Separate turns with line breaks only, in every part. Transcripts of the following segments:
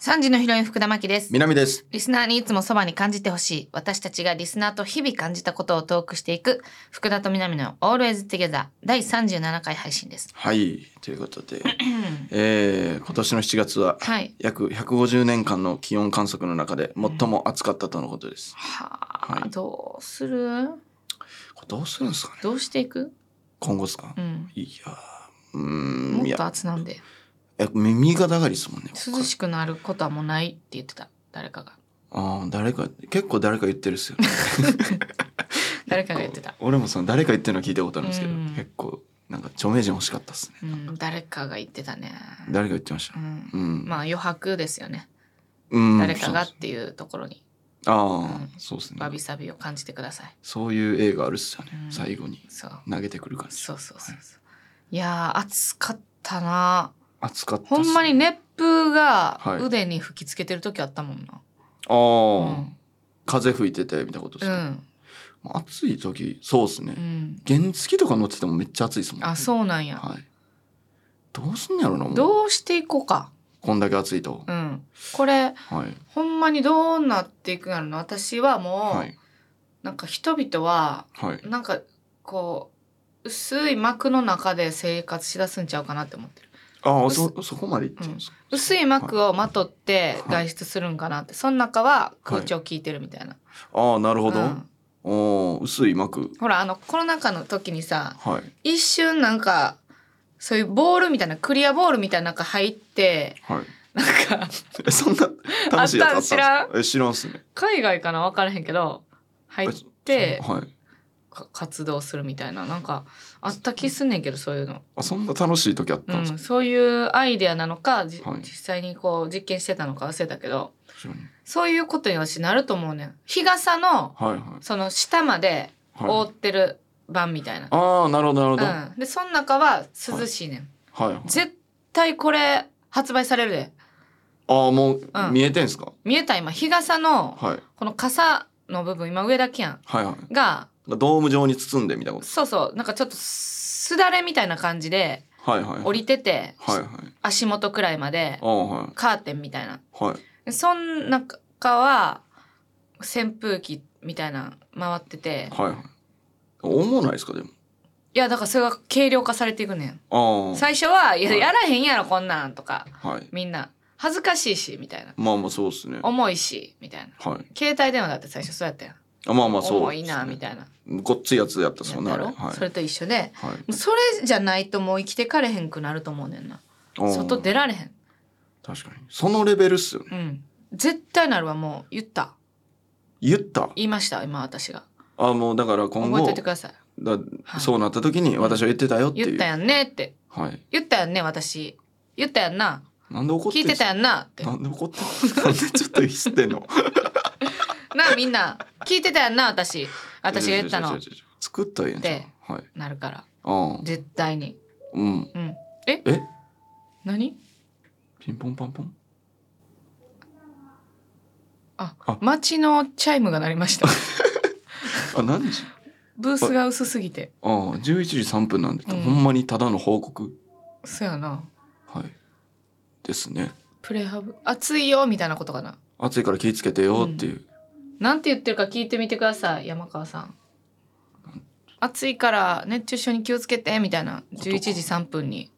3時のヒロイン福田真希です
南です。
リスナーにいつもそばに感じてほしい私たちがリスナーと日々感じたことをトークしていく福田と南の Always Together 第37回配信です
はい、というこ とで、えー今年の7月は
はい
約150年間の気温観測の中で最も暑かったとのことです。
はあ、
はい
どうする
これどうするんですかね。
どうしていく
今後ですか
う。ん
いやー、うーん、い
もっと
や、
暑なんで
え右肩上がりですもんね。ここ
涼しくなることはもうないって言ってた誰かが
ああ、誰か結構誰か言ってるっすよ。
誰かが言ってた
結構俺もその誰か言ってるの聞いたことあるんですけど、
うん
結構なんか著名人欲しかったっすね。
うん誰かが言ってたね
誰か言ってまし
う。
た
ん
うん、
まあ余白ですよね
うん
誰かが
そ
っ
う
ていうところに
ああ、
うん
そうですね
わ。びさびを感じてください
そういう映画あるっすよね。
うん
最後に
そう
投げてくる感じ。
そうそうそう
はい
そういやー暑かったな
暑かったっす
ほ
ね。
んまに熱風が
はい
腕に吹きつけてる時あったもんな、
ああ、
うん
風吹いててみたいなことです
う
か、
ん
まあ暑い時そうですね、
うん
原付とか乗っててもめっちゃ暑いですもん
あそうなんや、
はいどうすんやろなもう
どうしていこうか
こんだけ暑いと、
うんこれ
はい
ほんまにどうなっていくんやろな私はもう、
はい
なんか人々は
はい
なんかこう薄い膜の中で生活しだすんちゃうかなって思ってる
ああ
薄
そそこまでいっちゃうんですか、
薄い膜をまとって
は
外
い
出するんかなって、その中は空調効いてるみたいな、
ああなるほど、
うん
おー薄い膜
ほらあのコロナ禍の時にさ
はい
一瞬なんかそういうボールみたいなクリアボールみたいな中入って
はい
なんか
えそんな楽しいやつあったんです
あ
か
っ
え知らんっすね
海外かな分からへんけど入っ
え
て
そはい
か活動するみたいななんかあった気すんねんけどそういうの、
あそんな楽しい時あった
うん
です
ん、そういうアイデアなのか、じ
はい
実際にこう実験してたのか忘れたけど
か、確
そういうことに私なると思うねん日傘の
かにはいはい
その下まで
は
覆
い
ってる版みたいな、
ああなるほどなるほど、は
うん、でその中は涼しいねん、
いはい
絶対これ発売されるで
ああもう
うん
見えてんすか、
見えた今日傘の
はい
この傘の部分今上だけやん
はいはい
が
ドーム状に包んでみたいなこ
そうそうなんかちょっとすだれみたいな感じで
とはいはいはい
降りてて、
はいはい
足元くらいまで
ああはい
カーテンみたいな
はい
でそん中は扇風機みたいな回ってて
はいはい思わないですかでも
いやだからそれが軽量化されていくねん
あ
最初はいや
はい
やらへんやろこんなんとか
あはい
みんな恥ずかしいしみたいな
まあまあそうですねは
重いしみたいない携帯電話だって最初そうやったやん
あまあまあそ
重
うです
い
ね
なみたいな
ごっついやつやったっすもんね
や
あ
った
れ
ろ
はい
それと一緒で
はい
それじゃないともう生きてかれへんくなると思うねんな
ああ
外出られへん
確かにそのレベルっすよね
うん絶対なるわもう言った
言った
言いました今私が
ああもうだから今
覚えてお
後
いてください
だ
はい
そうなった時に私は言ってたよって
言
い
っ
う
たやんねって
はい
言ったやんね私言ったやんな
なんで怒って
聞い
んす
てたやんな って
なんで怒ってんなんでちょっとヒスってんの
なあみんな聞いてたやんな私私が言った
違う
の
違う違う違う作ったらええんちゃ
で
うはい
なるから
ああ
絶対に
うん
うんえ
え
何
ピンポンパンポン
あ
あ
街のチャイムが鳴りました
あ何時
ブースが薄すぎて
ああ11時3分なんで、
うん
ほんまにただの報告
そやな
はいですね
プレハブ暑いよみたいなことかな
暑いから気ぃつけてよっていう、
なんて言ってるか聞いてみてください山川さん暑いから熱中症に気をつけてみたいな
とか
11時3分に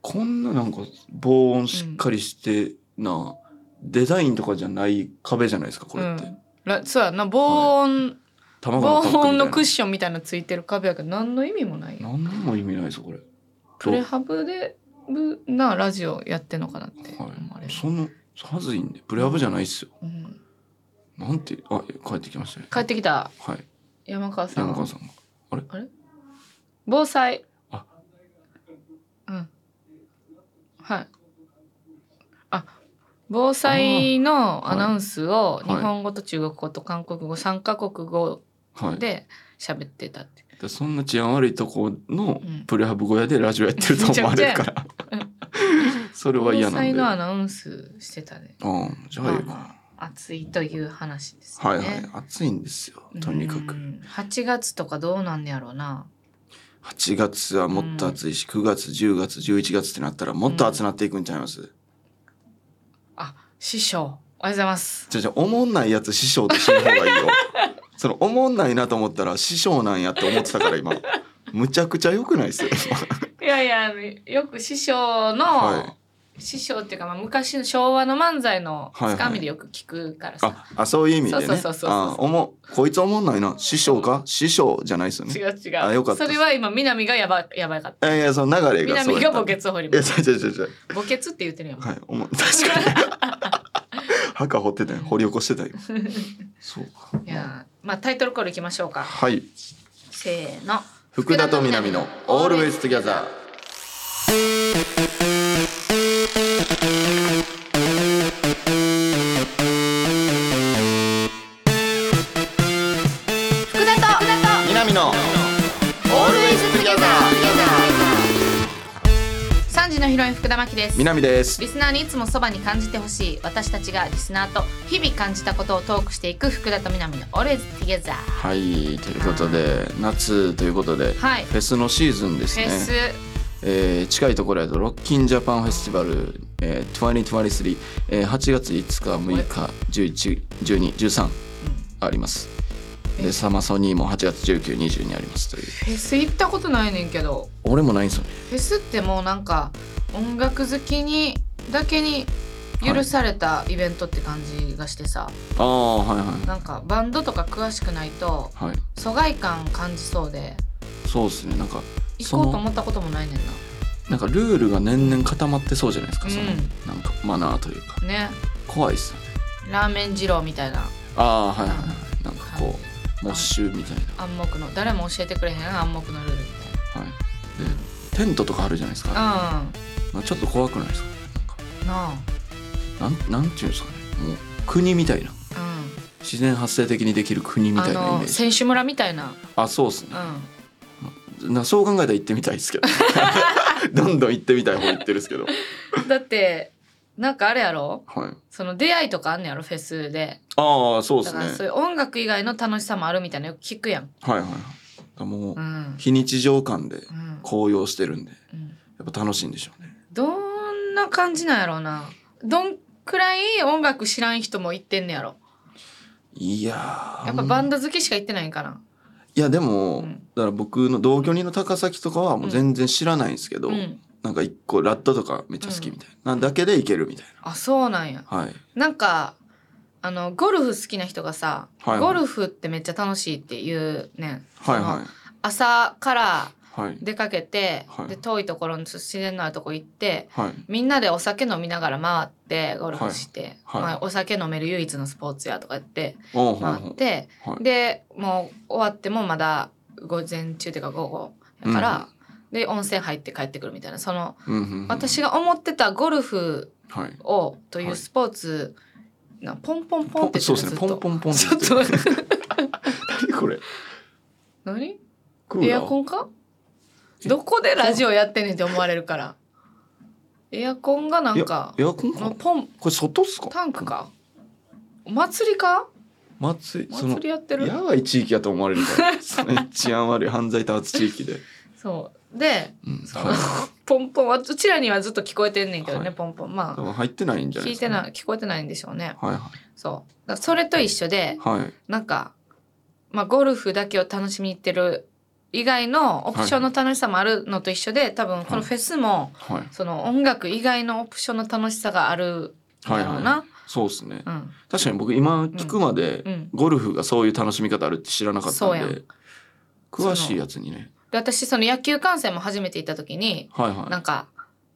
こんななんか防音しっかりしてな、デザインとかじゃない壁じゃないですかこれって、
うんらそうやな防音、
卵のパックみ
防
たい
音
な
のクッションみたいなついてる壁やけど何の意味もないよ
何にも意味ないぞこれ
プレハブでぶなラジオやってんのかなって思わ
は
れ
い
る、
そのはずいんでプレハブじゃないっすよ、
うん
なんてあ帰ってきましたね
帰ってきた
はい
山川さん
山川さんが
防災
あ
うんはいあ防災のアナウンスを
あー
日
はい
本語と中国語と韓国語3カ国語
はい
で喋ってたって、
でそんな治安悪いとこの
うん
プレハブ小屋でラジオやってると思われるから、
めちゃ
それは嫌
防
なん
災
で
のア
あ
ナウンスしてたね
あじゃあいいか
暑いという話ですよ
はい
ね
はい暑いんですよとにかく
8月とかどうなんねやろうな
8月はもっと暑いし、9月10月11月ってなったらもっと暑なっていくんちゃいます、
あ、師匠、おはようございます。
じゃじゃおもんないやつ師匠って死ぬ方がいいよ そのおもんないなと思ったら師匠なんやって思ってたから今むちゃくちゃ良くないっすよ
いやいや、あのよく師匠の、
は
師匠っていうか、まあ、昔の昭和の漫才の
はいはい
つかみでよく聞くからさ、
ああそういう意味でね
そうそうそうそう
あおもこいつおもんないな師匠か師匠じゃないっすよね
違う違う
あよかった
それは今南がやばやばかっ
いやいやその流
た
れが
南が墓
い
穴を掘り
や
まし
違う違う違う違う
た墓穴って言ってるよ、
はい、おも確かに。墓掘ってたよ、掘り起こしてたよ。そうか。
いやーまあタイトルコールいきましょうか
はい、
せーの
福田と南のオールウェイズトゥギャザー。
福田と福田
南のオールウェイズトゥギャザー。
と三時のヒロイン福田真希です
南です。
リスナーにいつもそばに感じてほしい私たちがリスナーと日々感じたことをトークしていく福田と南のオールエズティゲザー
はい、ということで、夏ということで。
はい
フェスのシーズンです
フェス、
ね、えー近いところやとロッキンジャパンフェスティバル、えー、2023、えー、8月5日6日111213ありますでサマソニーも8月1920にありますという
フェス行ったことないねんけど
俺もないんすよね
フェスってもうなんか音楽好きにだけに許されたイベントって感じがしてさ、
ああはいはい
なんかバンドとか詳しくないと
はい、
疎外感感じそうで
そうですね。なんか、
行
そ
こ
の
うと思ったこともないねんな
なんかルールが年々固まってそうじゃないですか。その、
うん
なんかマナーというか、
ね
怖いっすよね。
ラーメン二郎みたいな
ああー、はいはいはい。なんかこう、モッシュみたい
暗黙の誰も教えてくれへん暗黙のルールみ
な。はい。で、テントとかあるじゃないです
たい
か。
なうん
まあ、ちょっと怖くないですか。
な
なんか、なん、なんていうんですかね。もう国みたいな。
あ
自然発生的にできる国
うん
み
あ
たいなイメー
の
ジ。
選手村みたいな
あそうですね
う。ん
なそう考えたら行ってみたいですけど。 どんどん行ってみたい方行ってるんですけど。
だってなんかあれやろ
はい。
その出会いとかあんねやろフェスで
ああ、そう
だ
です
か
ね
ら。そういう音楽以外の楽しさもあるみたいなのよく聞くやん
はいはいはい。だからもう
う、ん、
非日常感で
うん
高揚してるんで。
うん、
やっぱ楽しいんでしょうね。
どんな感じなんやろうなどんくらい音楽知らん人も行ってんねやろ
いやー
やっぱバン
ド
ド好きしか行ってないんかない
やでも、
うん
だから僕の同居人の高崎とかはもう全然知らないんですけど、
うん
なんか一個ラットとかめっちゃ好きみたいな、なんだけでいけるみたい
あそうなんや
なはい
なんかあのゴルフ好きな人がさ、
はいはい
ゴルフってめっちゃ楽しいっていうねん
はい
その
は
朝から
いはい
出かけて、
はい
で遠いところの自然のあるとこ行って
はい
みんなでお酒飲みながら回ってゴルフして、
はいはい
まあ、お酒飲める唯一のスポーツやとかやって
おうほう
回
ほ
っ
う
て、
はい
でもう終わってもまだ午前中というか午後やから、で温泉入って帰ってくるみたいなその
うんうんうん
私が思ってたゴルフ
はい
をとい
は
う
い
スポーツ、なポンポンポン
ポ
っ
ン
て
そう
た
です
ず
ね
っ
ポ
と
ンポンポン
ちょっと
言てる何これ
何
クー
エ
ラ
ア
ー
コンかどこでラジオやってんねんって思われるからエアコンがなんか
エアコンか
のポン
これ外っすか
タンクかお祭りか
祭りその
祭りやってる
やばい地域やと思われるから その治安悪い犯罪多発地域で、
そうで
う ん、
そう
はい
ポンポンはうちらにはずっと聞こえてんねんけどね、
はい
ポンポンま
多
あ
分入ってないんじゃな
聞
いで
い
すか、
て
ね、
ない聞こえてないんでしょうね
はいはい
そうだからそれと一緒で
はい。
なんかまあゴルフだけを楽しみに行ってる以外のオプションの楽しさもあるのと一緒で、多分このフェスも
はい。
その音楽以外のオプションの楽しさがあるん
は
だ
い
ろう
は
な、
い。そうですね。
うん
確かに僕今聞くまで、
うん、
ゴルフがそういう楽しみ方あるって知らなかったん
そうや
で、詳しいやつにね。
で私その野球観戦も初めて行った時に、
はいはい。
なんか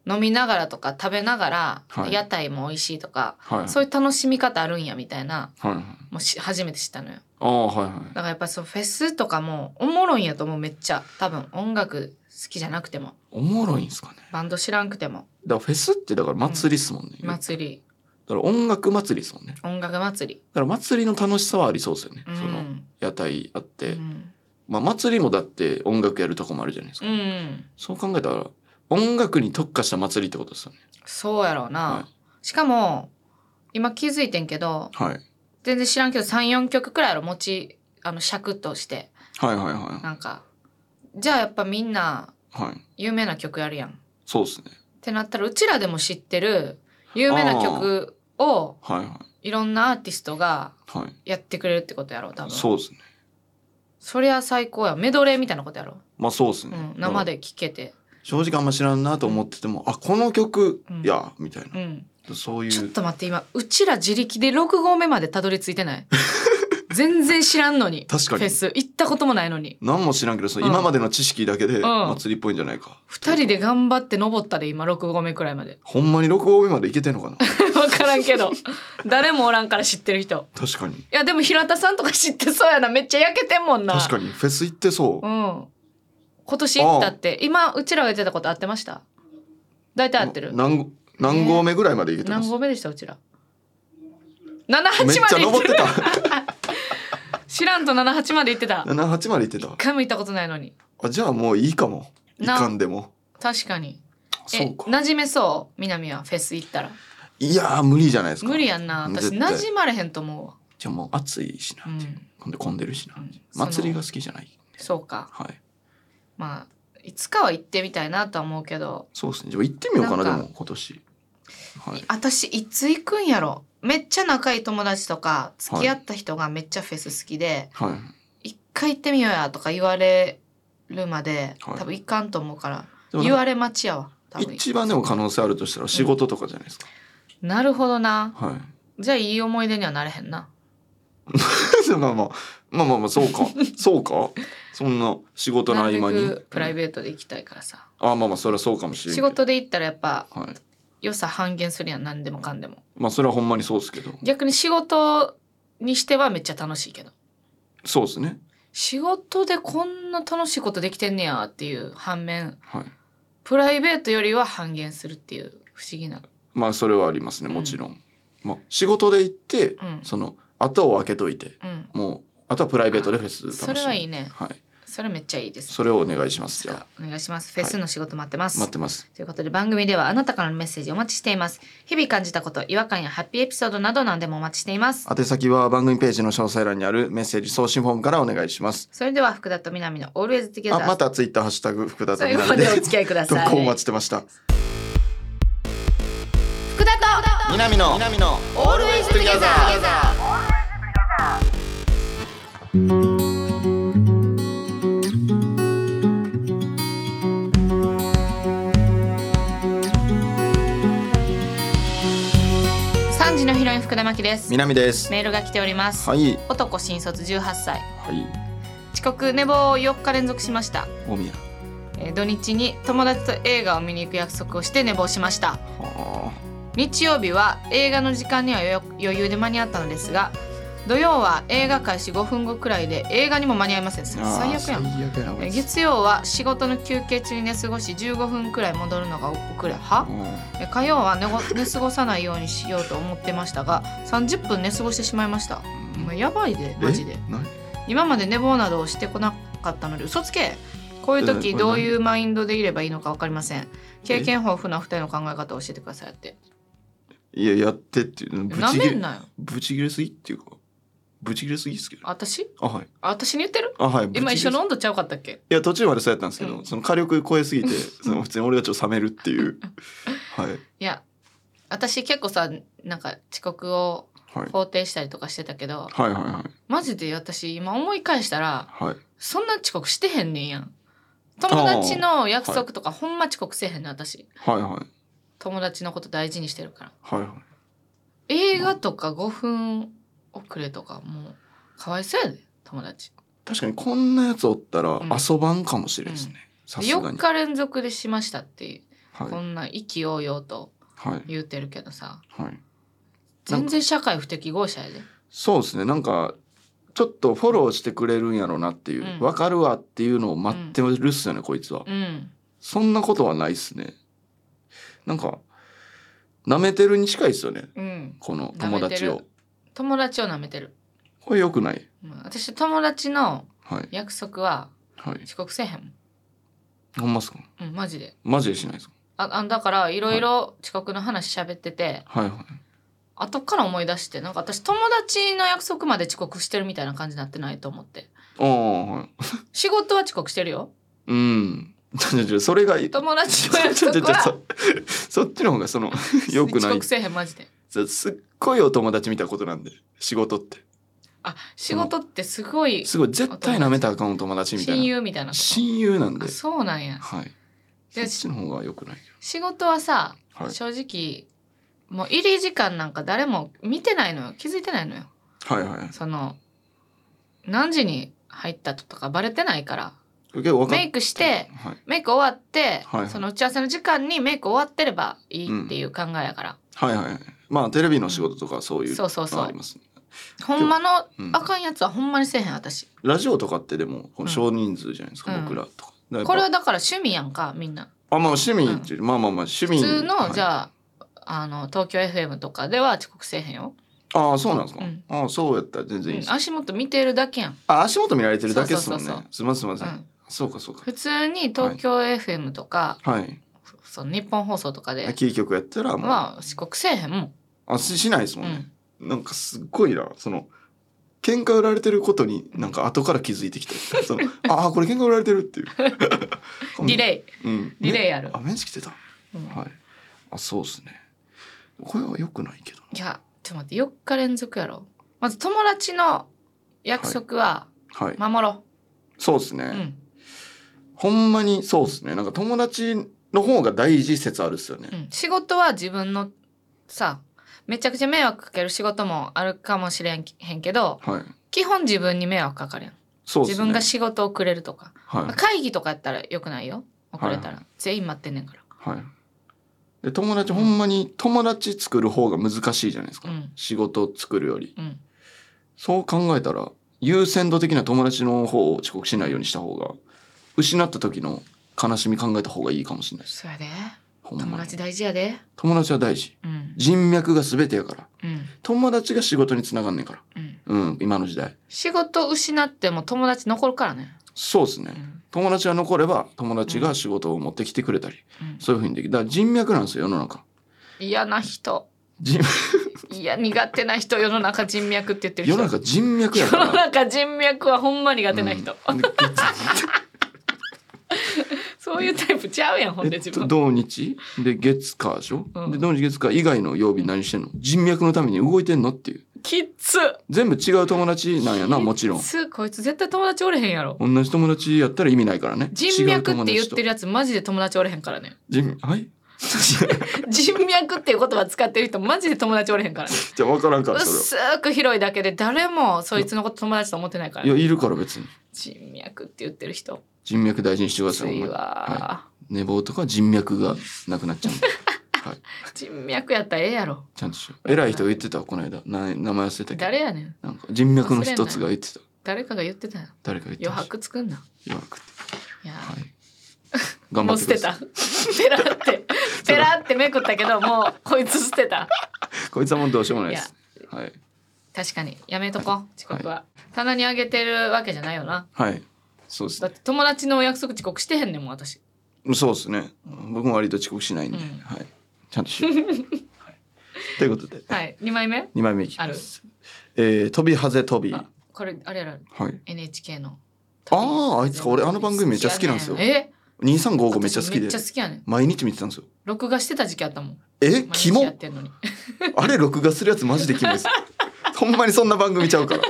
飲みながらとか食べながら、
はい
屋台も美味しいとか、
はい。
そういう楽しみ方あるんやみたいな
はいはい。
もうし初めて知ったのよ
ああ、はいはい。
だからやっぱそうフェスとかもおもろいんやと思うめっちゃ多分音楽好きじゃなくても
おもろいんすかね。
バンド知らんくても
だからフェスってだから祭りっすもんね。だか
祭り
ら音楽祭りっすもんね。だ
音楽祭り
から祭りの楽しさはありそうですよね。
うん
その屋台あっ
う
て。
ん、
まあ祭りもだって音楽やるとこもあるじゃないです
う
か。
ん、
そう考えたら、音楽に特化した祭りってことですよね。
そうやろうな、
は
しかも今気づいてんけど
はい。
全然知らんけど34曲くらいやろ持ちあの尺として
はいはいは
なんかじゃあやっぱみんな
はい
有名な曲やるやんっ
そうですね
てなったらうちらでも知ってる有名な曲を
はいはい
ろんなアーティストが
いはい
やってくれるってことやろ多分
そうですね
そりゃ最高やメドレーみたいなことやろ、
まあそうです
う
ね、
ん、生で聴けて、
正直あんま知らんなと思ってても、あこの曲
うん
や、みたいな
うん、
そうい
ちょっ
う
と待って今うちら自力で6合目までたどり着いてない 全然知らんのに
確かに
フェス行ったこともないのに
何も知らんけどその
うん
今までの知識だけで
ん
祭りっぽいんじゃないか、
2人で頑張って登ったで今6合目くらいまで
ほんまに6合目までいけてんのかな
分からんけど誰もおらんから知ってる人
確かに
いやでも平田さんとか知ってそうやなめっちゃ焼けてんもんな
確かにフェス行ってそう、
うん今年行ったって今うちらが言ってたこと合ってました大体合ってる
何ご何合目ぐらいまでいけてま
何
す、
合目でしたうちら78
めっ
ま
ちゃ
で行っ
登
て
って
る
た
知らんと78まで行ってた
78までいってた
一回も行ったことないのに
あじゃあもういいかもい
な
かんでも
確かに
そ
え
うか
馴染めそう南はフェス行ったら
いやー無理じゃないですか
無理やんな私
絶対
馴染まれへんと思うわ
じゃあもう暑いしな、
うん
ほんで混んでるしな、
うん
祭りが好きじゃない
そうか
はい
まあいつかは行ってみたいなとは思うけど
そうですねじゃあ行ってみようかな
なんか
でも今年はい
私いつ行くんやろめっちゃ仲いい友達とか付き合った人がめっちゃフェス好きで、
はい
一回行ってみようやとか言われるまで、
はい
多分行かんと思うから
でも
言われ待ちやわ多分
一番でも可能性あるとしたら仕事とかじゃないですか、
なるほどな
はい
じゃあいい思い出にはなれへんな
まあまあまあまあまあそう かそうかそんな仕事の合
なる
間
べ
に
くプライベートで行きたいからさ、
あまあまあそれはそうかもしれない
仕事で行ったらやっぱ
はい
良さ半減するやん何でもかんでも
まあそれはほんまにそうですけど
逆に仕事にしてはめっちゃ楽しいけど
そうですね
仕事でこんな楽しいことできてんねやっていう反面
はい
プライベートよりは半減するっていう不思議な
まあそれはありますねもちろん、まあ、仕事で行って、
うん
その後を開けといて
うん
もうあとはプライベートでフェス楽しむ
それはいいね
はい
それめっちゃいいです
それをお願いしますじゃあ
お願いしますフェスの仕事待ってます、
待ってます
ということで番組ではあなたからのメッセージお待ちしています日々感じたこと違和感やハッピーエピソードなど何でもお待ちしています
宛先は番組ページの詳細欄にあるメッセージ送信フォームからお願いします
それでは福田と南の Always
あ
Together
またツイッターハッシュタグ福田と
最
み
後
な
ま
み
で
で
お付き合いくだ
投
さい
稿お待ちしてました
福田と
南の南の
Always Together 3時のヒロイン福田真希です
南です
メールが来ております、
はい
男新卒18歳
はい
遅刻寝坊を4日連続しました、
大宮
えー土日に友達と映画を見に行く約束をして寝坊しました
は
日曜日は映画の時間には余余裕で間に合ったのですが土曜は映画開始5分後くらいで映画にも間に合いませんそれ
あ
最悪やん
最悪やなこ
えー
いつ
月曜は仕事の休憩中に寝過ごし15分くらい戻るのが遅れは
うん
えー火曜は寝 ご寝過ごさないようにしようと思ってましたが30分寝過ごしてしまいましたもうやばいでマジで
え何
今まで寝坊などをしてこなかったので嘘つけこういう
え
時
これ何
どういうマインドでいればいいのか分かりません経験豊富なお二人の考え方を教えてくださいって
いややってっていうぶ
な
ち
め
切
ん
れ
なよ
ぶち切れすぎっていうかぶち切れすぎですけど
私
あはい
私に言ってる
あはい
今一
ぶち切
緒
れ
の温度ちゃうかったっけ
いや途中までそうやったんですけど、
うん
その火力超 えすぎてその普通に俺がちょっと冷めるっていうはい
いや私結構さなんか遅刻を
はい
肯定したりとかしてたけど
はいはいはい
マジで私今思い返したら
はい
そんな遅刻してへんねんやん友達の約束とかほんま遅刻せえへんねん私
はいはい
友達のこと大事にしてるから
はいはい
映画とか5分遅れとかもうかわいそうやで友達
確かにこんなやつおったら
うん
遊ばんかもしれんですね、さすが
4
に
日連続でしましたっていう、
はい
こんな意気揚々と
はい
言うてるけどさ
はい
全然社会不適合者やで
そうですねなんかちょっとフォローしてくれるんやろうなっていう、
うん
分かるわっていうのを待ってるっすよね、こいつは
うん
そんなことはないっすねなんか舐めてるに近いっすよね
うん
この友達
舐め
を
て友達を舐めてる
これ良くない
うん私友達の
はい
約束は
はい
遅刻せえへん
ほんまっすか
もん、うん、マジで
マジでしないですか
ああだからいろいろ遅刻の話喋ってて、
はいはい
後から思い出してなんか私友達の約束まで遅刻してるみたいな感じになってないと思って
ああはい
仕事は遅刻してるよ
うん。ちょちょちょそれが いい。ちょ
友達の
ちょ
約
ちょ
束
ちょ
は
そ っちの方が その 良くな
遅
い
刻。せえへんマジで
そうすっごいお友達みたいなことなんで仕事って
あ仕事ってすごい
すごい絶対なめたらあかんお友達みた
親
いな
友みたいな
親友なんで
あそうなんや
はいそ
で
っちの方が良くない
仕事はさ、
はい
正直もう入り時間なんか誰も見てないのよ気づいてないのよ
はいはい
その何時に入ったとかバレてないから
結構分かっ
メイクして
はい
メイク終わって、
はい
その打ち合わせの時間にメイク終わってればいいっていう考えやから、
はいはいまあテレビの仕事とかそういう
そうそうそう
のありますね
ほんまの
うん
あかんやつはほんまにせえへん私
ラジオとかってでもこの少人数じゃないですか、
うん
僕らとかだからやっぱ
これはだから趣味やんかみんな
あまあ趣味っていう、まあまあまあ趣味
普通の、
はい
じゃああの東京 FM とかでは遅刻せえへんよ、
ああそうなんですか、
うん
ああそうやったら全然いいです、
うん足元見てるだけやん、
あ足元見られてるだけですもんね
そうそう
すみませんすみま
う
せん、
ん、
そうかそうか
普通に東京 FM とか、
はい
その日本放送とかで
キー局やったらもう、
は遅刻せえへんもん、
あししないです
う
もんね、
ん、
なんかすっごいなその喧嘩売られてることになんか後から気づいてき たそのああこれ喧嘩売られてるっていう
ディレイ
イ、うん、
ディレ
イ
イある
あ、メンチ来てた
うん
はいあそうですねこれは良くないけど
いやちょっと待って4日連続やろまず友達の約束は
なはい、
守ろ
そうですね、
う、うん
ほんまにそうですねなんか友達の方が大事説あるっすよね、
うん、仕事は自分のさめちゃくちゃ迷惑かける仕事もあるかもしれんへんけど
はい
基本自分に迷惑かかるやん、
そうで
自
すね
分が仕事遅れるとか
はい
会議とかやったらよくないよ遅れたら、
はい
全員待ってんねんか
はいで友達ほんまに友達作る方が難しいじゃないですか、
らうん
仕事作るより
うん
そう考えたら優先度的な友達の方を遅刻しないようにした方が失った時の悲しみ考えた方がいいかもしれないです
そやで
ほんまに
友達大事やで
友達は大事
うん
人脈が全てやから
うん
友達が仕事につながんねんから
うん
うん今の時代
仕事失っても友達残るからね
そうです
う
ね
ん
友達が残れば友達が仕事を持ってきてくれたり、
うん
そういうふうにできるだから人脈なんですよ世の中
嫌な人
人
いや苦手な人世の中人脈って言ってる
世
人
の中人脈や
世
か
の
ら
中人脈はほんま苦手な人、
うんで
そういうタイプちゃうやんほんで
え
自
っと
分、
土日で月火でしょ、
うん
で土日月火以外の曜日何してんの人脈のために動いてんのっていう
きっつ
全部違う友達なんやなもちろん
きっつこいつ絶対友達おれへんやろ
同じ友達やったら意味ないからね
人脈って言ってる
る
やつマジで友達おれへんから ね
人はい
人脈っていう言葉使ってる人マジで友達おれへんからね
じゃあ分からんからそ
薄く広いだけで誰もそいつのこと友達と思ってないから
れ
ね
はいやいるから別に
人脈って言ってる人
人脈大事にしてくださ
つ
い
い
ほんま
わ、
に寝坊とか人脈がなくなっちゃうん ではい
人脈やったらええやろ
ちゃんとしよう偉い人が言ってたわこの間な名前忘れたけど
誰やねん
なんか人脈の一つが言ってた
誰かが言ってたよ
誰か言って
余
ました
白作んな
余白って
いや
はい 頑張
もう
って
捨
くだ
て
さい
た ペラ ってペラってめくったけどもうこいつ捨てた
こいつはもうどうしようもないですはい
確かにやめとこう、遅刻は、棚にあげてるわけじゃないよな
はいそうです
だって友達のお約束遅刻してへんねんもん私
そうですね。僕も割と遅刻しないんで、
うん
はい。ちゃん としよう。はいということで、
はい2枚目
二枚目いきます。えー、飛びはぜ飛び。は
あこれあれやろ
い。
NHK の
ああ、あいつか、俺あの番組めっちゃ好きなんですよ
好き。やねんえ
二三五五めっちゃ好
私
きで
めっちゃ、好きやねん
毎日見てたんですよ。
録画してた時期あったもん
え、
毎
キ
日やっ
モ。
てんのに
あれ録画するやつマジでキ モいです。ほんまにそんな番組ちゃうから。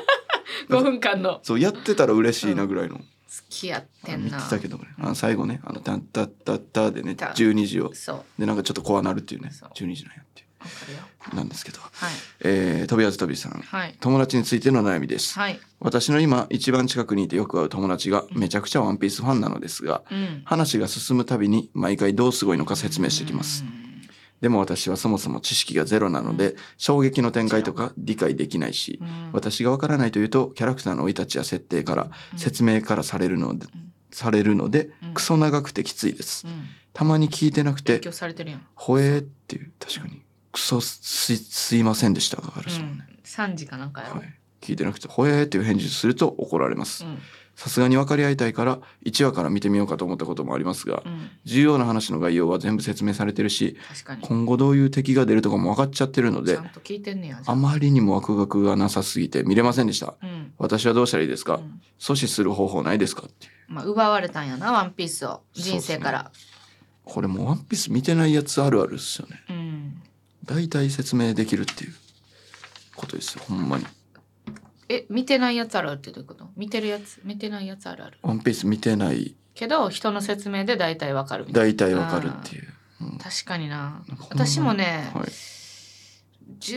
5分間の好
そうやってたら嬉しいなぐらいの。
きやってん
見て
な
たけどね。あの最後ね、あのタンタッタッタでね、
た
十二時を
そうわ
でなんかちょっと怖なるっていうね
そう、
十二時なんやってい
かるよ
うなんですけど、
はい
えー、飛びはぜ飛びさん。
はい
友達についての悩みです、
はい
私の今一番近くにいてよく会う友達がめちゃくちゃワンピースファンなのですが
うん
話が進むたびに毎回どうすごいのか説明してきますでも私はそもそも知識がゼロなので衝撃の展開とか理解できないし
うん
私がわからないというとキャラクターの生い立ちや設定から説明からされるので
ん
されるので
うん
クソ長くてきついです
うん
たまに聞いてなく
影
て
響されてるやん
「ほえ」っていう確かに「クソすすいませんでした」がある
う
そうね、
ん3時かなんかやろ
はい、聞いてなくて「ほえ」っていう返事すると怒られます
うん
さすがに分かり合いたいから1話から見てみようかと思ったこともありますが
うん、
重要な話の概要は全部説明されてるし
確かに。
今後どういう敵が出るとかも分かっちゃってるの
ち
で
ゃんと聞いてんねや。じゃ
あまりにもワクワクがなさすぎて見れませんでした
うん。
私はどうしたらいいです
う
か
ん
阻止する方法ないですかっていう
まあ、奪われたんやな、ワンピースを。人生から。
これもうワンピース見てないやつあるあるですよね
うん。
大体説明できるっていうことですよほんまに
え、見てないやつあるあるってどういうこと見てるやつ、見てないやつあるある。
ワンピース見てない
けど、人の説明で大体わかるみたい
大体わかるっていう、うん
な。確かにな
なんか。ほんまに
私もね、
はい、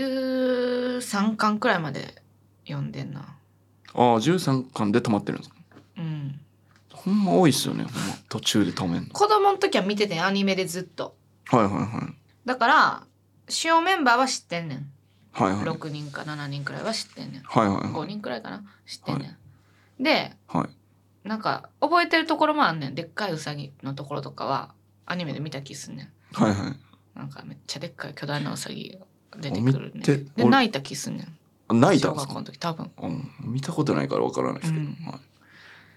13巻くらいまで読んでんな。
ああ13巻で止まってるんですか
うん。
ほんま多いっすよねほんま途中で止めんの
子供の時は見ててんアニメでずっと。
はいはいはい
だから、主要メンバーは知ってんねん。
はいはい
6人か7人くらいは知ってんねん。
はいはい
5
はい
人くらいかな知ってんねん。で、
はい
なんか覚えてるところもあんねんでっかいうさぎのところとかはアニメで見た気すんねん
はいはい
なんかめっちゃでっかい巨大なうさぎが出て
見
くるねんで
て俺
泣いた気すんねん
あ泣いた
小
んで
学
す
校
か
の時多分
うん、見たことないからわからないですけど、
うん
はい、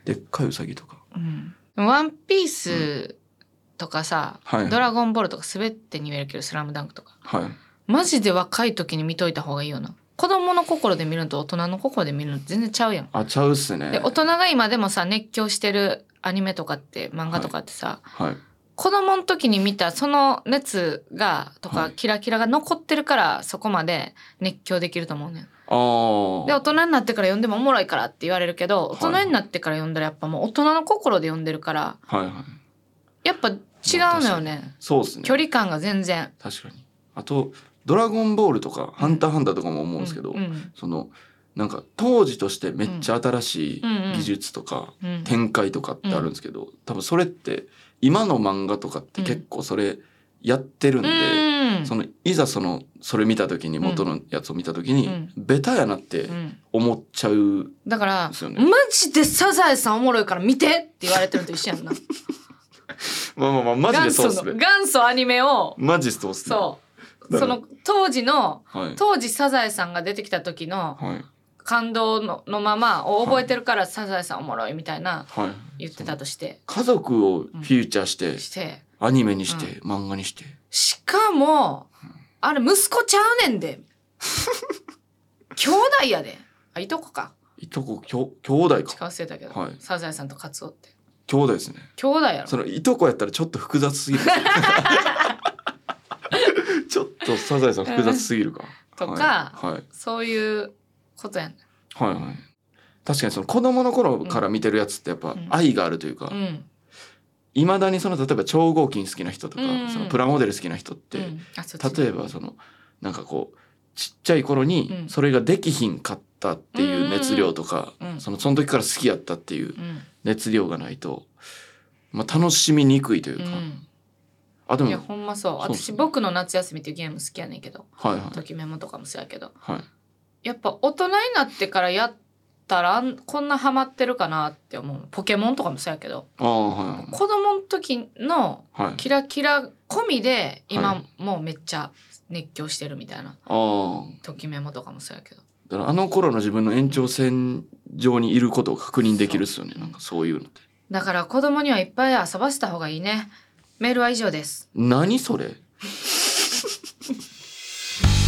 でっかいウサギとか
うんでもワンピースとかさ、
はい
ドラゴンボールとか滑ってに見えるけどスラムダンクとか
はい
マジで若い時に見といた方がいいよな子供の心で見るのと大人の心で見るの全然ちゃうやん
あちゃうっすね
で大人が今でもさ熱狂してるアニメとかって漫画とかってさ、
はい
子供の時に見たその熱がと
は
か
い
キラキラが残ってるからそこまで熱狂できると思うねん。
あー
で大人になってから読んでもおもろいからって言われるけど
はい
大人になってから読んだらやっぱもう大人の心で読んでるから
はいはい
やっぱ違うのよね
そうっすね
距離感が全然。
確かにあと「ドラゴンボール」とか「ハンターハンター」とかも思うんですけど、
うんうん
そのなんか当時としてめっちゃ新しい
うんうんうん
技術とか
うん
展開とかってあるんですけど、多分それって今の漫画とかって結構それやってるんで、
うん
そのいざそのそれ見た時に元のやつを見た時に、
うん
ベタやなって
うん
思っちゃう
だから、
ですよね
マジでサザエさんおもろいから見てって言われてるのと一緒やんな
まあまあまあ マジで
元
そう
祖
っす
の
ね
元祖アニメを
マジそうっすね
そう
だか
そ
ら
の当時の
はい
当時サザエさんが出てきた時の
はい
感動ののままを覚えてるから「サザエさんおもろい」みたいな
はい
言ってたとして
家族をフューチャーして、
して
アニメにして、漫画にして
しかもあれ息子ちゃうねん で兄弟やであいとこか
いとこきょ兄弟か
近忘れたけど、
はい
サザエさんとカツオって
兄弟ですね
兄弟やろ
そのいとこやったらちょっと複 雑すぎるちょっとサザエさん複雑すぎるか
とか
はいはい
そういうことやねん
はいはい確かにその子供の頃から見てるやつってやっぱ
うん
愛があるというか
うん、
いま、未だにその例えば超合金好きな人とか、
うん
そのプラモデル好きな人って、
うん、あそっち
例えばそのなんかこうちっちゃい頃に
うん
それができひんかったっていう熱量とか、
うんうんうん
そのその時から好きやったってい
う
う
ん
熱量がないと、まあ、楽しみにくいという
う
か、
ん
あでも
いやほんまそう
そう
私「僕の夏休み」っていうゲーム好きやねんけど
はいはい
ときメモとかもそうやけど
はい
やっぱ大人になってからやったらあんこんなハマってるかなって思うポケモンとかもそうやけど
ああは
子供の時の
いはい
キラキラ込みで今、
は
もうめっちゃ熱狂してるみたいな
ああ
ときメモとかもそうやけど
だからあの頃の自分の延長線上にいることを確認できるっすよねなんかそういうのって
だから子供にはいっぱい遊ばせた方がいいねメールは以上です
何それ
福田と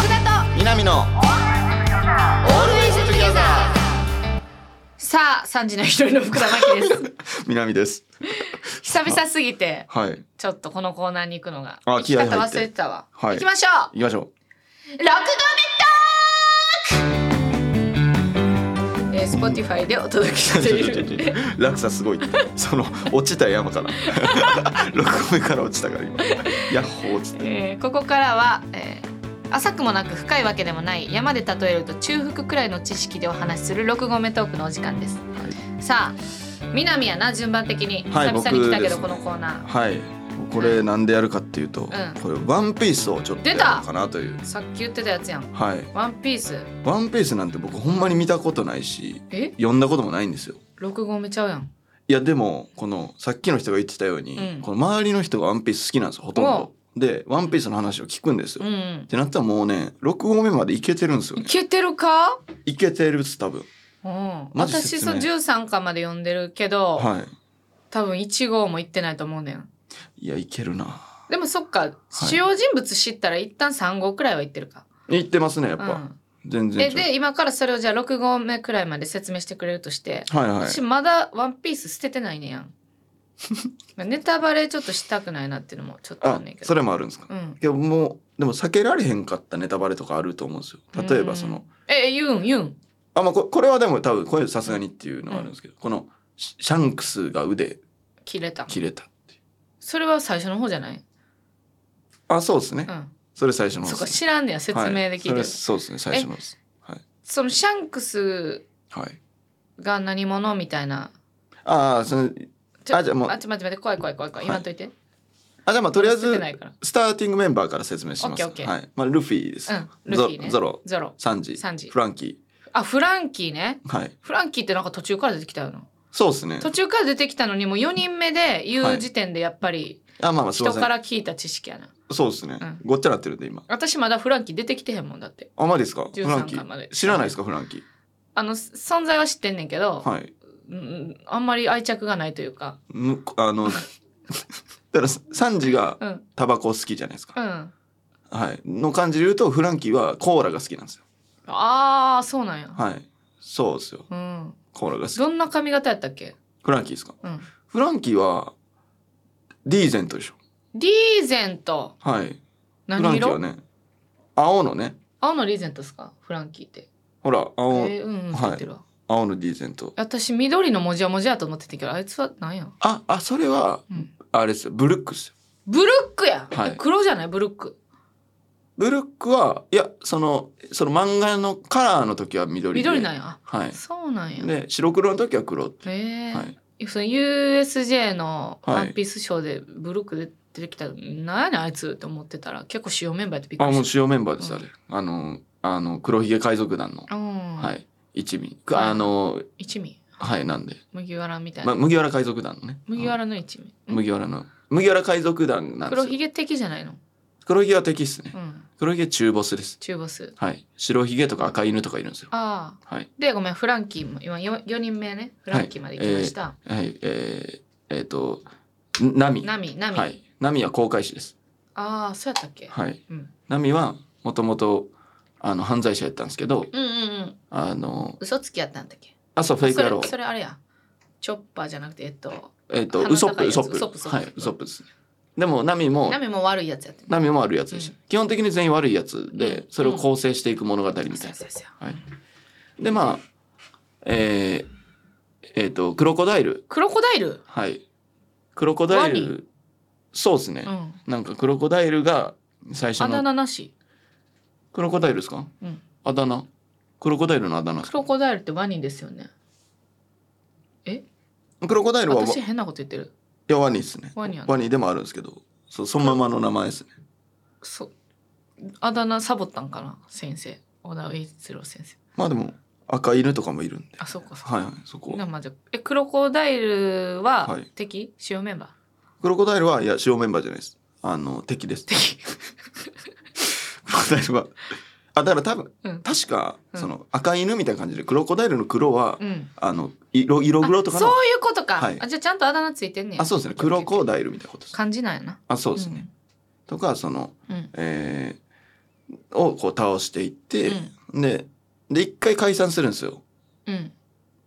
福田と
南の
オールウェイズトゥギャザーさあ3時の一人の福田真希です
南です
久々すぎて
はい行
ちょっとこのコーナーに行くのが
あ
行き
気合
方
入って
忘れてたわ、
はい
行きましょう
きましょ
ラクダ メターク、えー、Spotify でお届け
う
してい る
落差すごいその落ちた山から 6個目から落ちたから今ヤッホーっつっ
えーここからは、えー浅くもなく深いわけでもない山で例えると中腹くらいの知識でお話しする6合目トークのお時間ですさあ南やな順番的に
はい
久々に来たけど、
僕ですね
このコーナ
はいこれなんでやるかっていうと、
ん
これ「ワンピースをちょっとや
出
ろ
た
うかなという
ーさっき言ってたやつやん
はい
ワンピース
「ワンピースなんて僕ほんまに見たことないし
え
読んだこともないんですよ
6合目ちゃうやん
いやでもこのさっきの人が言ってたように、
うん
この周りの人が「ワンピース好きなんですよほとんどで「ワンピースの話を聞くんですよ、
う
っ
ん
てなったらもうね6合目までいけてるんですよ
い
ね
けてるか
いけてるっす多分
うん、
マジ
私
説明
その13巻まで読んでるけど、
は
多分1号も行ってないと思うねん
いいやいけるな
でもそっか、主要人物知ったら一旦3号くらいは行ってるか
行ってますねやっ
う
ぱ、
ん
全
え
然ちょ
で今からそれをじゃあ6号目くらいまで説明してくれるとして、
はいはい
私まだ「ワンピース捨ててないねやん まあネタバレちょっとしたくないなっていうのもちょっとあ
あ
んねんけど
それもあるんですか
うん、
いやもうでも避けられへんかったネタバレとかあると思うんですよ例えばその、
うんえ言うん言うん
あまあここれはでも多分これさすがにっていうのはあるんですけど、このシシャンクスが腕
切れた
切れたっていう
それは最初の方じゃない、
あそうですね、
うん、
それ最初の
そ
方
うか
です
知らんねや説明できる、
はい、それそうですね最初のです
そのシャンクス
はい
が何者みたいな
ああその
ちょ
あじゃあもう
あちょ待って待って怖い怖い怖い怖い、
はい
今といて
あじゃあまあとりあえ
捨て
ず
てないから
スターティングメンバーから説明します
オッケーオッケー
はいまあ、ルフィです、
うんルフィね
ゾゾロ
ゾロ
サンジ
サンジ
フランキ
あフランキーね
ーはい
フランキーってなんか途中から出てきたよな
そうですね
途中から出てきたのにもう4人目で言う時点でやっぱり
あまあまあすい
人
ませ
か
ん
ら聞いた知識やな
そうですね、
うん
ごっちゃなってるんで今
私まだフランキー出てきてへんもんだって
あまりですかフ
13
ランキ
巻まで
ー知らないですかフランキ
あの存在は知ってんねんけど、
ーはい
うん、あんまり愛着がないというか
む あのだからサンジが
うん
タバコ好きじゃないですか
う、ん
はい、の感じで言うとフランキーはコーラが好きなんですよ
ああそうなんや、
はいそうですよ
うん
コーラが好き
どんな髪型やったっけ
フランキーですか
うん
フランキーはディーゼントでしょ
リーゼント
はいフラ
何
ンキー
色、
はね青のね
青のリーゼントですかフランキーって
ほら
え
青、
ー、うんうんって
はい
言ってるわ、
青のディーゼント
私緑のもじゃもじゃやと思ってたけどあいつはなんや、
ああそれは
うん、
あれですよブルックですよ
ブルックや、
はい
え黒じゃないブルック
ブルックはいやそのその漫画のカラーの時は緑で
緑なんや
は
あ
い
そうなんやへ
で白黒の時は黒って
え、
はい
その USJ の
はい
ワンピースショーでブルックで出てきた、なんやねんあいつって思ってたら結構主要メンバーやってびっく
あ
り
もう
し
主要メンバーです
うん
あれあのあの黒ひげ海賊団の
たうん、、
はいい一味
はい
あの
一味
はいなんで
麦わらみたいな、
まあ、麦わら海賊団のね
麦わらの一味、
うん麦わらの麦わら海賊団なんです
黒
よ
ひげ的じゃないの
黒ひげは敵っすね
うん
黒ひげ中ボスです
中ボス
はい白ひげとか赤犬とかいるんですよ
ああ
はい
でごめんフランキーも今 4, 人目ねフランキーまで行きました、
はいえー、えーとナミ
ナミナミ、
はいナミは航海士です
ああそうやったっけ、
はい
うん
ナミはもともとあの犯罪者やったんですけど
うんうんうん
あの
嘘つきやったんだっけ
あそうフェイク野郎
それそれあれやチョッパーじゃなくてえっと
えっ、と
鼻
ウソッ
高
プ
い
ウ
やつ
ソップ
ウソップウソップ
はいウソップですねでもナミも
ナミも悪いやつやって
ナミも悪いやつでした、基本的に全員悪いやつ
う
で
ん
それを構成していく物語みたいな、
そうそうそう
はい、でまあえー、えーとクロコダイル
クロコダイル
はいクロコダイ
ワ
ルそうですね
う、ん
なんかクロコダイルが最初
あだ
の
名なし
クロコダイルですか、
うん
あだ名クロコダイルのあだ名です
ク
か
ロコダイルってワニですよね
クロコダイルはワい
私変なこと言ってる
やワニですね
ワニやな
ワニでもあるんですけどそうそのままの名前ですね
そうあだ名サボったんかな先生小田栄一郎先生
まあでも赤犬とかもいるんで
あそうかそうか、
はいはいそこ
なまずえクロコダイルは
はい
敵、主要メンバー
クロコダイルはいや主要メンバーじゃないですあの敵です
敵
クロコダイ ルはあだから多分、
うん
確か
うん
その赤犬みたいな感じでクロコダイルの黒は、
うん
あの色色黒とか
あそ
の
う
あ
いうことか、
はい
あじゃあちゃんとあだ名ついてんねや
そうですねクロコダイルみたいなことです
感じなんやな
あそうですね、とかその
うんうん
えーをこう倒していって
う、ん
でで一回解散するんですよ
うん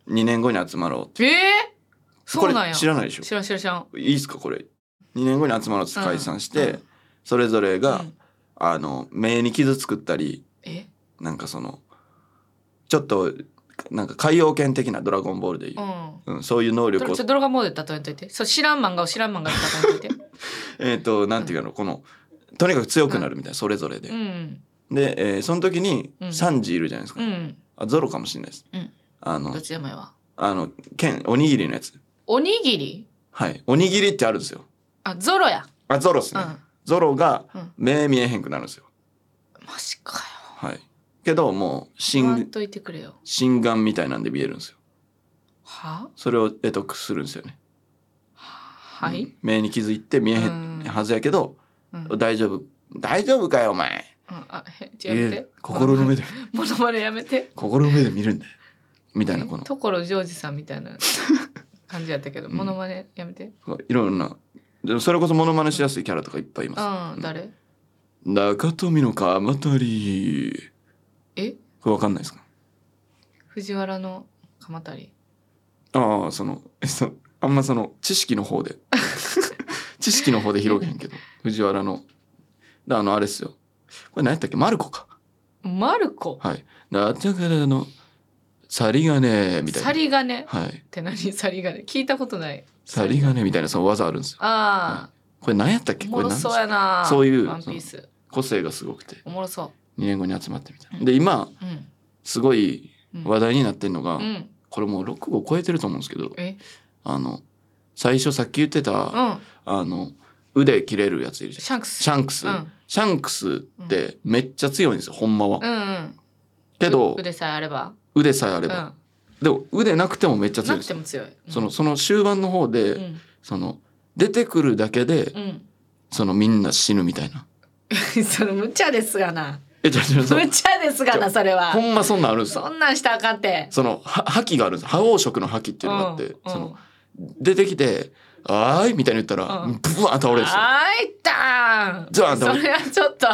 2年後に集まろうって
ええそうなん
これ
や。
知らないでし
知らん知らん知らん。
ょいいっすかこれ2年後に集まろうって解散して、
うん
それぞれが、
うん
あの目に傷作ったり
え
なんかそのちょっとなんか海洋圏的な「ドラゴンボール」でいうう、
ん。
うんそういう能
ド
力
ラ
を
ちょドラゴンボールで例えんといて。そう知らん漫画を知らん漫画で例えんといて。
えっ、となんていうかのこのとにかく強くなるみたいな、それぞれで、
うん
で、えーその時に
うん
サンジいるじゃないですか、
うん。
あゾロかもしれないです、
うん
あ
ど
の
っちでもいいわ。
あの剣おにぎりのやつ
おにぎり？
はいおにぎりってあるんですよ
あゾロや。
あゾロっす
うん。
ね、
マ
ゾロが
うん
目見えへんくなるんですよ
ジかよ。
はいけどもう
言わん
心
といてくれよ。
心眼みたいなんで見えるんですよ
は？
それを得得するんですよね
は
う
い。
ん目に気づいて見えへ
うん
んはずやけど、
うん。うん
大丈夫大丈夫かよお前
あへ
え
やめて
え。心の目で
モノマネ。ものまねやめて。
心の目で見るんだよみたいなこの
所ジョージさんみたい な感じやったけど、
うん
モノマネやめて。
いろんなでもそれこそモノマネしやすいキャラとかいっぱいいます
うん、誰？
中富の鎌足り
え、
これわかんないですか
藤原の鎌足り。
ああそのえそあんまその知識の 方で知識の方で広げへんけど藤原のだあのあれですよこれ何やったっけマルコか
マルコ。
はいだからのサリガネみたいな
サリガネっ
はい
て何？サリガネ聞いたことない。
サリガネみたいなその技あるんですよ
あ
これ何やったっ
あ、
け
お
こ
もろ
れ何です
そう
か
やな。
そういう
ワンピース。
個性がすごくて
おもろそ
2年後に集まってみたいなで今
う。うん。
すごい
うん
話題になってんのが、
うん。
これもう6号超えてると思うんですけど
え、
あの最初さっき言ってた、
うん。
あの腕切れるやついるじゃん
シャンクス。
シャンクス、
うん
シャンクスってめっちゃ強いんですよ、ほんまは。
うんうん。
けど、
腕さえあれば。
腕さえあれ
うん。
ば。
な
でも、腕なくてもめっちゃ強いん
く
です
て
よ。
も強い。うん
その、。その終盤の方で、
うん。
その、出てくるだけで、
うん。
そのみんな死ぬみたいな。
その無茶ですがな。
え、ちょち ょ、そう
無茶ですがなそれは
ほ。んまそんなんあるんですよ。
そんなんしたらあかんて。
その、は覇気があるんです覇王色の覇気っていうのがあって、
うん
その、出てきて、あーいみたいに言ったら、
うん
ブワーン倒れるんですよ。
あいったん
ザーンと
それはちょっと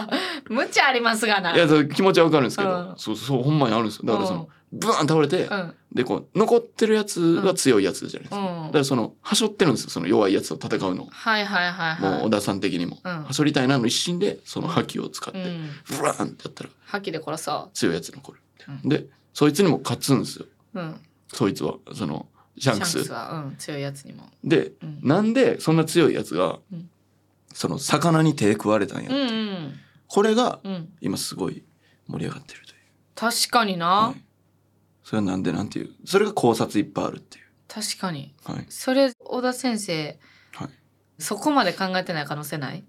無茶ありますがな。
いや、そう気持ちはわかるんですけど、
うん
そうそう、ほんまにあるんですよ。だからその、ブワーン倒れて、
うん
で、こう、残ってるやつが強いやつじゃないですか
う。ん。
だからその、はしょってるんですよ、その弱いやつと戦うの。
はいはいはいはい。
もう小田さん的にも。
うん
はしょりたいなの一心で、その覇気を使って、
うん。
ブラーンってやったら
覇気で殺そ
強いやつ残る。
うん
で、そいつにも勝つんですよ、
う。うん。
そいつは。その、シ
シ
ャンクス。
はうん強いやつにも。
で、
うん。
なんでそんな強いやつが、
うん
その、魚に手食われたんや。
うんうん
これが、
うん。
今すごい盛り上がってるという。
確かにな。
はいそれはなんでなんていう。それが考察いっぱいあるっていう。
確かに。
はい。
それ小田先生、
はい
そこまで考えてない可能性ない、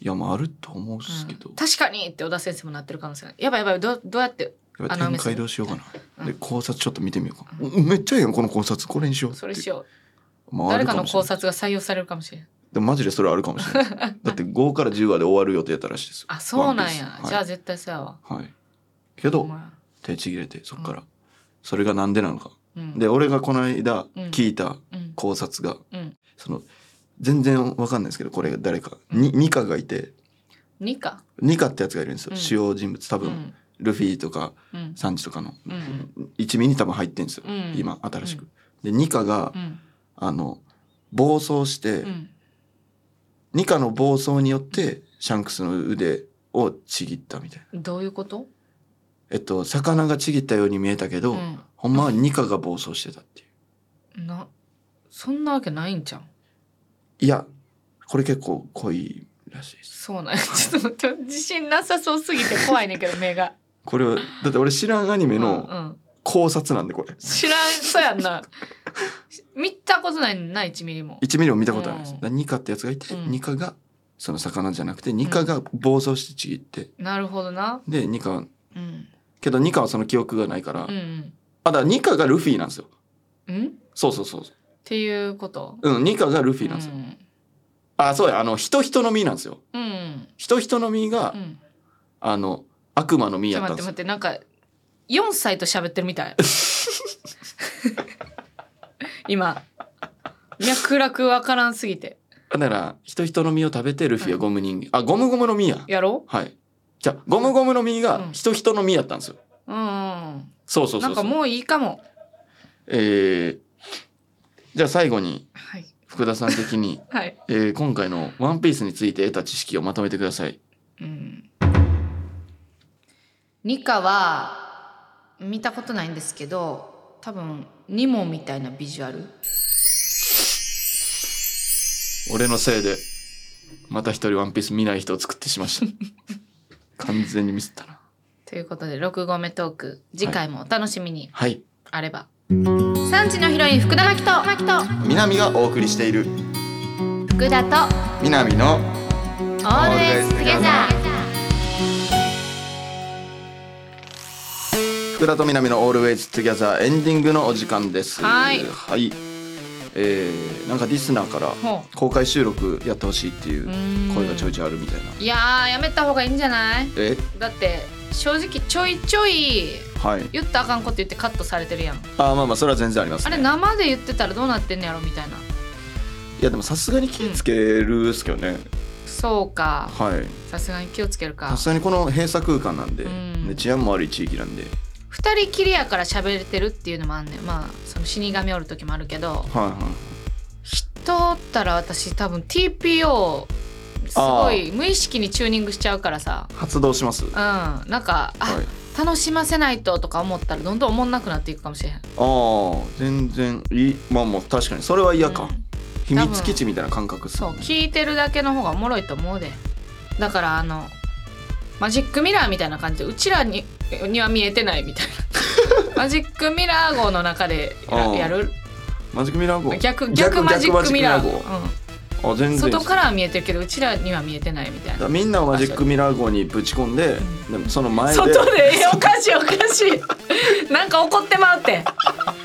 いや、まああると思うんで
う
す
ん
けど。
確かにって小田先生もなってる可能性ないやばいやばいどうどうやって
やっぱ
あの
展開どうしようか
う
な。
ん
で考察ちょっと見てみようか。めっちゃいいやんこの考察これにしようって。
それしよ
ま
う
ああ
誰
る
かの
もしれ
考
ない
察が採用されるかもしれない
でもマジでそれあるかもしれないです。 だって5から10話で終わる予定やったらしいですよ。
あそうなんや、
ワンピース
じゃあ絶対そうやわ
はい。はいけ
お
ど
前
手ちぎれてそっからそれがなんでなのか。
うん
で俺がこの間
うん
聞いた
うん
考察が
うん
その全然わかんないですけどこれが誰かにニカがいて
二か
ニカってやつがいるんですよ。
うん
主要人物多
う
分
ん
ルフィとか
うん
サンジとかの
うん
一味に多分入ってんですよ
うん。
今新しく。でニカが
うん
あの暴走して、
うん
ニカの暴走によってシャンクスの腕をちぎったみたいな。
どういうこと
えっと魚がちぎったように見えたけど、
うん
ほんまはニカが暴走してたっていう。
なそんなわけないんじゃん
いやこれ結構濃いらしいです。
そうなんやちょっと待って自信なさそうすぎて怖いねんけど目が
これはだって俺知らんアニメ
う
の
んうん
考察なんでこれ。
知らんそうやんな見たことないな1ミリも
1ミリも見たことないで
うん
す。だからニカってやつがいて、
うん
ニカがその魚じゃなくてニカが暴走してちぎって
なるほどな
でニカは
うん
けどニカはその記憶がないから、
うん
あだからニカがルフィなんですよ。
うんんっ
そうそうそうそ
ていうこと
う。うんニカがルフィなんですよ。
ん
あそうやあの人人の実なんですよ。
うん
人人の実が、
うん
あの悪魔の実
ちょ
やっ
っと待
た
っ
ん
て
で
待ってなん
す
か4歳と喋ってるみたい 今脈絡わからんすぎて
だから人人の実を食べてルフィはゴム人間、あゴムゴムの実や
やろ
はいじゃあゴムゴムの実
う
が
ん
人人の実やったんですよ、
ううん
そうそう
な
そ
ん
うそ
か
う
もういいかも
えー、じゃあ最後に
はい
福田さん的に、
はい
えー今回の「ワンピースについて得た知識をまとめてください
うんニカは見たことないんですけど多分ニモみたいなビジュアル
俺のせいでまた一人ワンピース見ない人を作ってしまいました 完全にミスったな
ということで6合目トーク次回もお楽しみに
はい
あれば、産地のヒロイン福田真希と真希と
南がお送りしている
福田と
南の
オールエ
Always
ストゥゲザ
Together
ー
福田と南のオールウェイズトゥギャザーエンディングのお時間です。
はい
はいえー、なんかリスナーから
ほう
公開収録やってほしいっていう
ーん
声がちょいちょいあるみたいな。
いやーやめた方がいいんじゃない
え、
だって正直ちょいちょい
はい
言ったらあかんこと言ってカットされてるやん
あーまあまあそれは全然あります
あれ
ね
生で言ってたらどうなってんねやろみたいない
やでもさすがに気つけるっすけどね、
そうか
はい
さすがに気をつけるか
さすがにこの閉鎖空間なんで,、
うん
で治安も悪い地域なんで
二人きりやから喋れてるっていうのもあんねんまあその死神おる時もあるけど
はいはい
人おったら私多分 TPO すごい無意識にチューニングしちゃうからさ
発動します
うんなんかあ、
はい
楽しませないととか思ったらどんどん思んなくなっていくかもしれへん
ああ全然いいまあもう確かにそれは嫌か、
うん
秘密基地みたいな感覚っす
そう
ね
聞いてるだけの方がおもろいと思うでだからあのマジックミラーみたいな感じでうちらにには見えてないみた いなマジックミラー号の中でや
あー
やる
マジックミラー号
逆逆マジックミラー号、うん
あ全然いいっす
外からは見えてるけどうちらには見えてないみたい
だか
な
らみんなをマジックミラー号にぶち込んででもその前で
外でえおかしいおかしいなんか怒ってまうって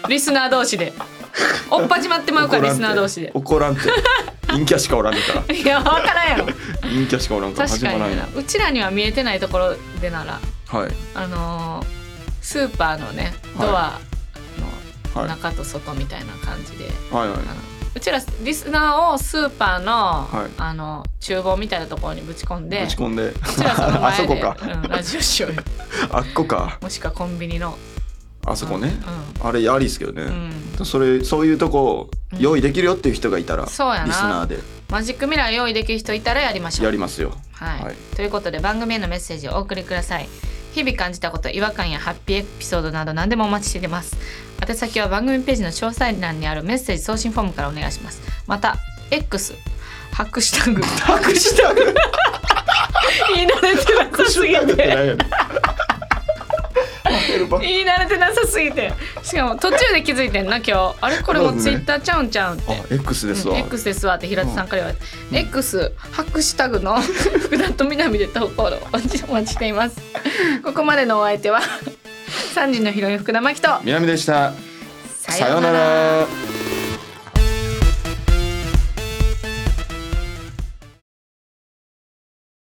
リスナー同士でおっぱじまってまうからリスナー同士で
怒らんて陰キャしかおらんねんから
いやわからんやろ
陰キャしかおらんから
確
始ま
から
ん
に
や
なうちらには見えてないところでなら
はい
あのースーパーのねドア
は
の
い
中と外みたいな感じで、
はいはいう
ちらリスナーをスーパーの,、
はい
あの厨房みたいなところにぶち込んで
ぶち込んで
うちらその前で
あそこか
うん、ラジオしようよ
あっこか
もしくはコンビニの
あそこね
うん
あれありっすけど
う
ね
ん
それそういうとこ用意できるよっていう人がいたら
ん
リス
そうやな
ナーで
マジックミラー用意できる人いたらやりましょう。
やりますよ
はい、
はい
ということで番組へのメッセージをお送りください。日々感じたこと、違和感やハッピーエピソードなど何でもお待ちしています。宛先は番組ページの詳細欄にあるメッセージ送信フォームからお願いします。また X ハックシュタグ
拍手タグ
言い慣れてなさすぎ
拍手タグって
て
何やねん ヘルパー
言い慣れてなさすぎてしかも途中で気づいてんな今日あれこれもツイッターちゃうんちゃうんって
あ X ですわ
うん X ですわって平田さんから言われて、X ハックシュタグの 福田と南で投稿をお待ちお待ちしていますここまでのお相手は3時のヒロイン福田真希と
南でした
さ
さようなら